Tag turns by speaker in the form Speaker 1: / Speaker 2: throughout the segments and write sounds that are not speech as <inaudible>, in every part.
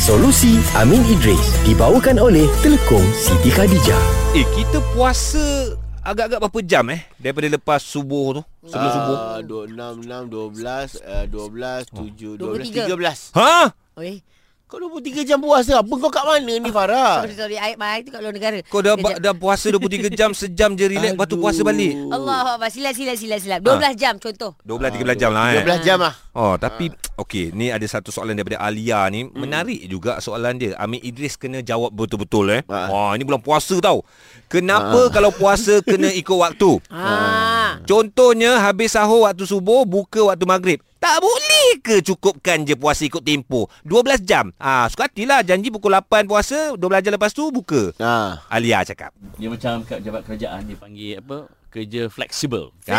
Speaker 1: Solusi Amin Idris dibawakan oleh Telekom Siti Khadijah.
Speaker 2: Eh, kita puasa agak-agak berapa jam eh? Daripada lepas subuh tu? Sebelum uh, subuh?
Speaker 3: Ah, 26, 6, 12, uh, 12, 7, 12, 13.
Speaker 4: 23.
Speaker 2: Ha?
Speaker 4: Oi,
Speaker 3: Kau 23 jam puasa. Apa kau kat mana ni Farah?
Speaker 4: sorry sorry. I, my I tu kat luar negara.
Speaker 2: Kau dah ba-
Speaker 4: Kejap.
Speaker 2: dah puasa 23 jam, sejam je relax, lepas tu puasa balik.
Speaker 5: Oh.
Speaker 4: Allah Akbar. Silap silap silap silap.
Speaker 5: Ah.
Speaker 4: 12 jam contoh.
Speaker 2: 12 13 jam lah eh.
Speaker 3: 12 jam lah.
Speaker 2: Oh, tapi okey, ni ada satu soalan daripada Alia ni, hmm. menarik juga soalan dia. Amir Idris kena jawab betul-betul eh.
Speaker 3: Ah.
Speaker 2: Wah, ini bulan puasa tau. Kenapa kalau puasa kena ikut waktu?
Speaker 5: Ah.
Speaker 4: Ha.
Speaker 2: Contohnya habis sahur waktu subuh Buka waktu maghrib Tak boleh ke cukupkan je puasa ikut tempoh 12 jam ah, Suka hatilah janji pukul 8 puasa 12 jam lepas tu buka
Speaker 3: Ha.
Speaker 2: Alia cakap
Speaker 5: Dia macam kat jabat kerajaan dia panggil apa? Kerja fleksibel.
Speaker 2: Ha.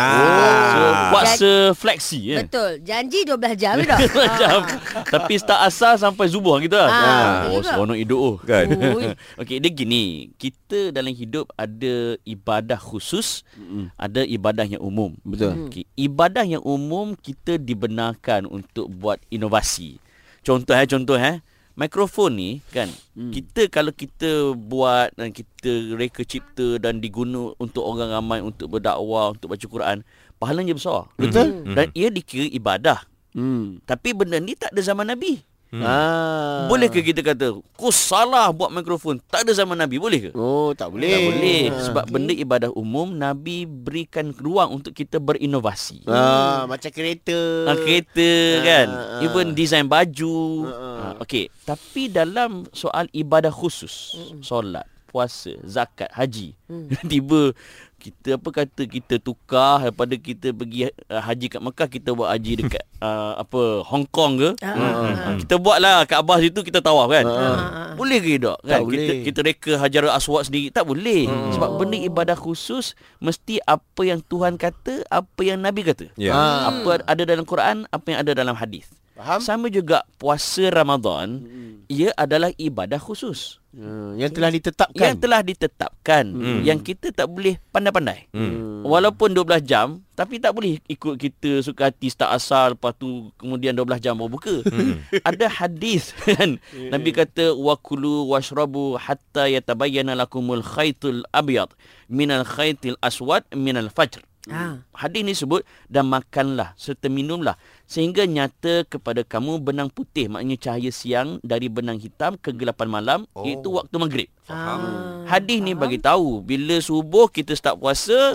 Speaker 5: So
Speaker 2: ah.
Speaker 5: puasa fleksi ya.
Speaker 4: Betul. Janji 12 jam tu.
Speaker 5: <laughs> macam tapi start asal sampai subuh kita lah.
Speaker 4: Ah, betul
Speaker 5: oh,
Speaker 4: juga.
Speaker 5: seronok hidup oh.
Speaker 2: Kan?
Speaker 5: Ui. <laughs> Okey, dia gini. Kita dalam hidup ada ibadah khusus, mm. ada ibadah yang umum.
Speaker 4: Hmm.
Speaker 3: Betul.
Speaker 5: Okey, ibadah yang umum kita dibenarkan untuk buat inovasi. Contoh eh, contoh eh. Mikrofon ni kan hmm. kita kalau kita buat dan kita reka cipta dan diguna untuk orang ramai untuk berdakwah untuk baca Quran pahalanya besar
Speaker 3: Betul?
Speaker 5: dan ia dikira ibadah
Speaker 3: Hmm.
Speaker 5: tapi benda ni tak ada zaman Nabi.
Speaker 3: Hmm. Ah.
Speaker 5: Boleh ke kita kata, kau salah buat mikrofon, tak ada zaman Nabi, boleh ke?
Speaker 3: Oh, tak boleh.
Speaker 5: Tak boleh.
Speaker 3: Ha.
Speaker 5: Sebab benda ibadah umum, Nabi berikan ruang untuk kita berinovasi.
Speaker 3: Ha, macam kereta.
Speaker 5: Ha, kereta kan
Speaker 3: ah.
Speaker 5: Even design baju
Speaker 4: Ah,
Speaker 5: ha, Okay Tapi dalam soal ibadah khusus Solat Puasa Zakat Haji
Speaker 4: Mm.
Speaker 5: <laughs> Tiba Kita apa kata Kita tukar Daripada kita pergi uh, haji kat Mekah Kita buat haji
Speaker 4: <laughs>
Speaker 5: dekat uh, Apa Hong Kong ke
Speaker 4: Ah,
Speaker 5: Hmm.
Speaker 4: ah, ah.
Speaker 5: Kita buat lah Kaabah situ kita tawaf kan
Speaker 4: ah.
Speaker 5: Boleh ke tak
Speaker 3: Tak
Speaker 5: kan? kita,
Speaker 3: boleh.
Speaker 5: kita reka Hajar Aswad sendiri Tak boleh Sebab benda ibadah khusus Mesti apa yang Tuhan kata Apa yang Nabi kata
Speaker 2: Ya.
Speaker 3: Ah.
Speaker 5: apa ada dalam Quran apa yang ada dalam hadis
Speaker 3: Faham?
Speaker 5: sama juga puasa Ramadan ia adalah ibadah khusus
Speaker 3: Hmm, yang telah
Speaker 5: kan.
Speaker 3: ditetapkan.
Speaker 5: yang telah ditetapkan yang kita tak boleh pandai-pandai
Speaker 2: Hmm.
Speaker 5: walaupun 12 jam tapi tak boleh ikut kita suka hati start asal lepas tu kemudian 12 jam baru buka <laughs> ada hadis kan Nabi kata wakulu washrabu hatta yatabayyana lakumul khaytul abyad minal khaytil aswad minal fajr
Speaker 4: Ha.
Speaker 5: Hadis ni sebut dan makanlah serta minumlah sehingga nyata kepada kamu benang putih maknanya cahaya siang dari benang hitam kegelapan malam
Speaker 2: Oh.
Speaker 5: oh. iaitu waktu maghrib.
Speaker 2: Faham.
Speaker 4: Hmm.
Speaker 5: Hadis ni bagi tahu bila subuh kita start puasa,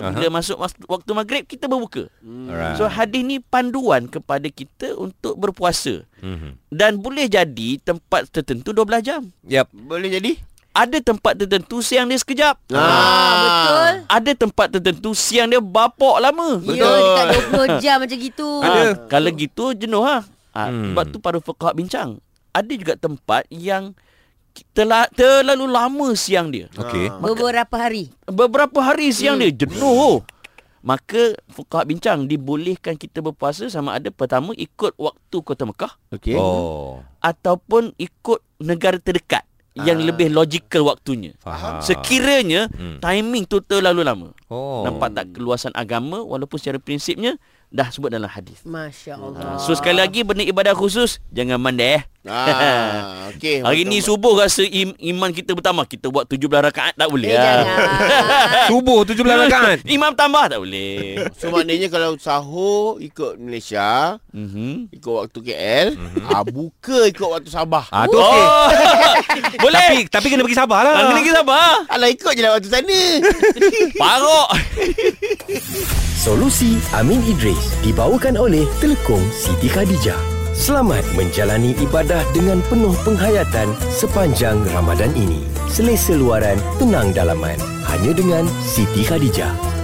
Speaker 2: Aha.
Speaker 5: uh-huh. bila masuk mas- waktu maghrib kita berbuka.
Speaker 4: Hmm.
Speaker 2: Alright.
Speaker 5: So hadis ni panduan kepada kita untuk berpuasa.
Speaker 2: Mhm.
Speaker 5: Dan boleh jadi tempat tertentu 12 jam.
Speaker 2: Yap.
Speaker 3: Boleh jadi?
Speaker 5: Ada tempat tertentu siang dia sekejap.
Speaker 4: Ah, betul.
Speaker 5: Ada tempat tertentu siang dia bapak lama.
Speaker 4: Ya, dekat 20 jam macam gitu.
Speaker 5: Ha, kalau gitu jenuh ha. ha hmm. Sebab tu para fuqaha bincang. Ada juga tempat yang telah terlalu lama siang dia.
Speaker 2: Okey.
Speaker 4: Beberapa hari.
Speaker 5: Beberapa hari siang hmm. dia jenuh. Maka fuqaha bincang dibolehkan kita berpuasa sama ada pertama ikut waktu kota Mekah
Speaker 3: Okey.
Speaker 2: Oh.
Speaker 5: ataupun ikut negara terdekat yang lebih logical waktunya.
Speaker 2: Faham.
Speaker 5: Sekiranya
Speaker 2: Ah. Hmm.
Speaker 5: timing tu terlalu lama.
Speaker 2: Oh.
Speaker 5: Nampak tak keluasan agama walaupun secara prinsipnya dah sebut dalam hadis.
Speaker 4: Masya Allah.
Speaker 5: Ah.
Speaker 2: Ah.
Speaker 5: So sekali lagi benda ibadah khusus jangan mandai eh.
Speaker 3: Ah,
Speaker 4: Eh,
Speaker 3: okey.
Speaker 5: Oh. <laughs> Hari ni
Speaker 3: Betul.
Speaker 5: subuh rasa im, iman kita bertambah. Kita buat 17 rakaat tak boleh. ah.
Speaker 4: Eh,
Speaker 5: <laughs> Ya.
Speaker 4: <laughs> jangan.
Speaker 2: Subuh kan? 17 rakaat.
Speaker 5: Imam tambah tak boleh.
Speaker 3: So maknanya kalau sahur ikut Malaysia,
Speaker 5: Mhm.
Speaker 3: ikut waktu KL, ah buka ikut waktu Sabah.
Speaker 2: <laughs> Ah, tu okey.
Speaker 5: <laughs> Oh. boleh.
Speaker 2: Tapi tapi kena pergi Sabah lah.
Speaker 5: Tapi ni kita sabar.
Speaker 3: Alah ikut je lah waktu
Speaker 5: <laughs>
Speaker 3: sana.
Speaker 5: Parok.
Speaker 1: Solusi Amin Idris dibawakan oleh Telekom Siti Khadijah. Selamat menjalani ibadah dengan penuh penghayatan sepanjang Ramadan ini. Selesa luaran, tenang dalaman. Hanya dengan Siti Khadijah.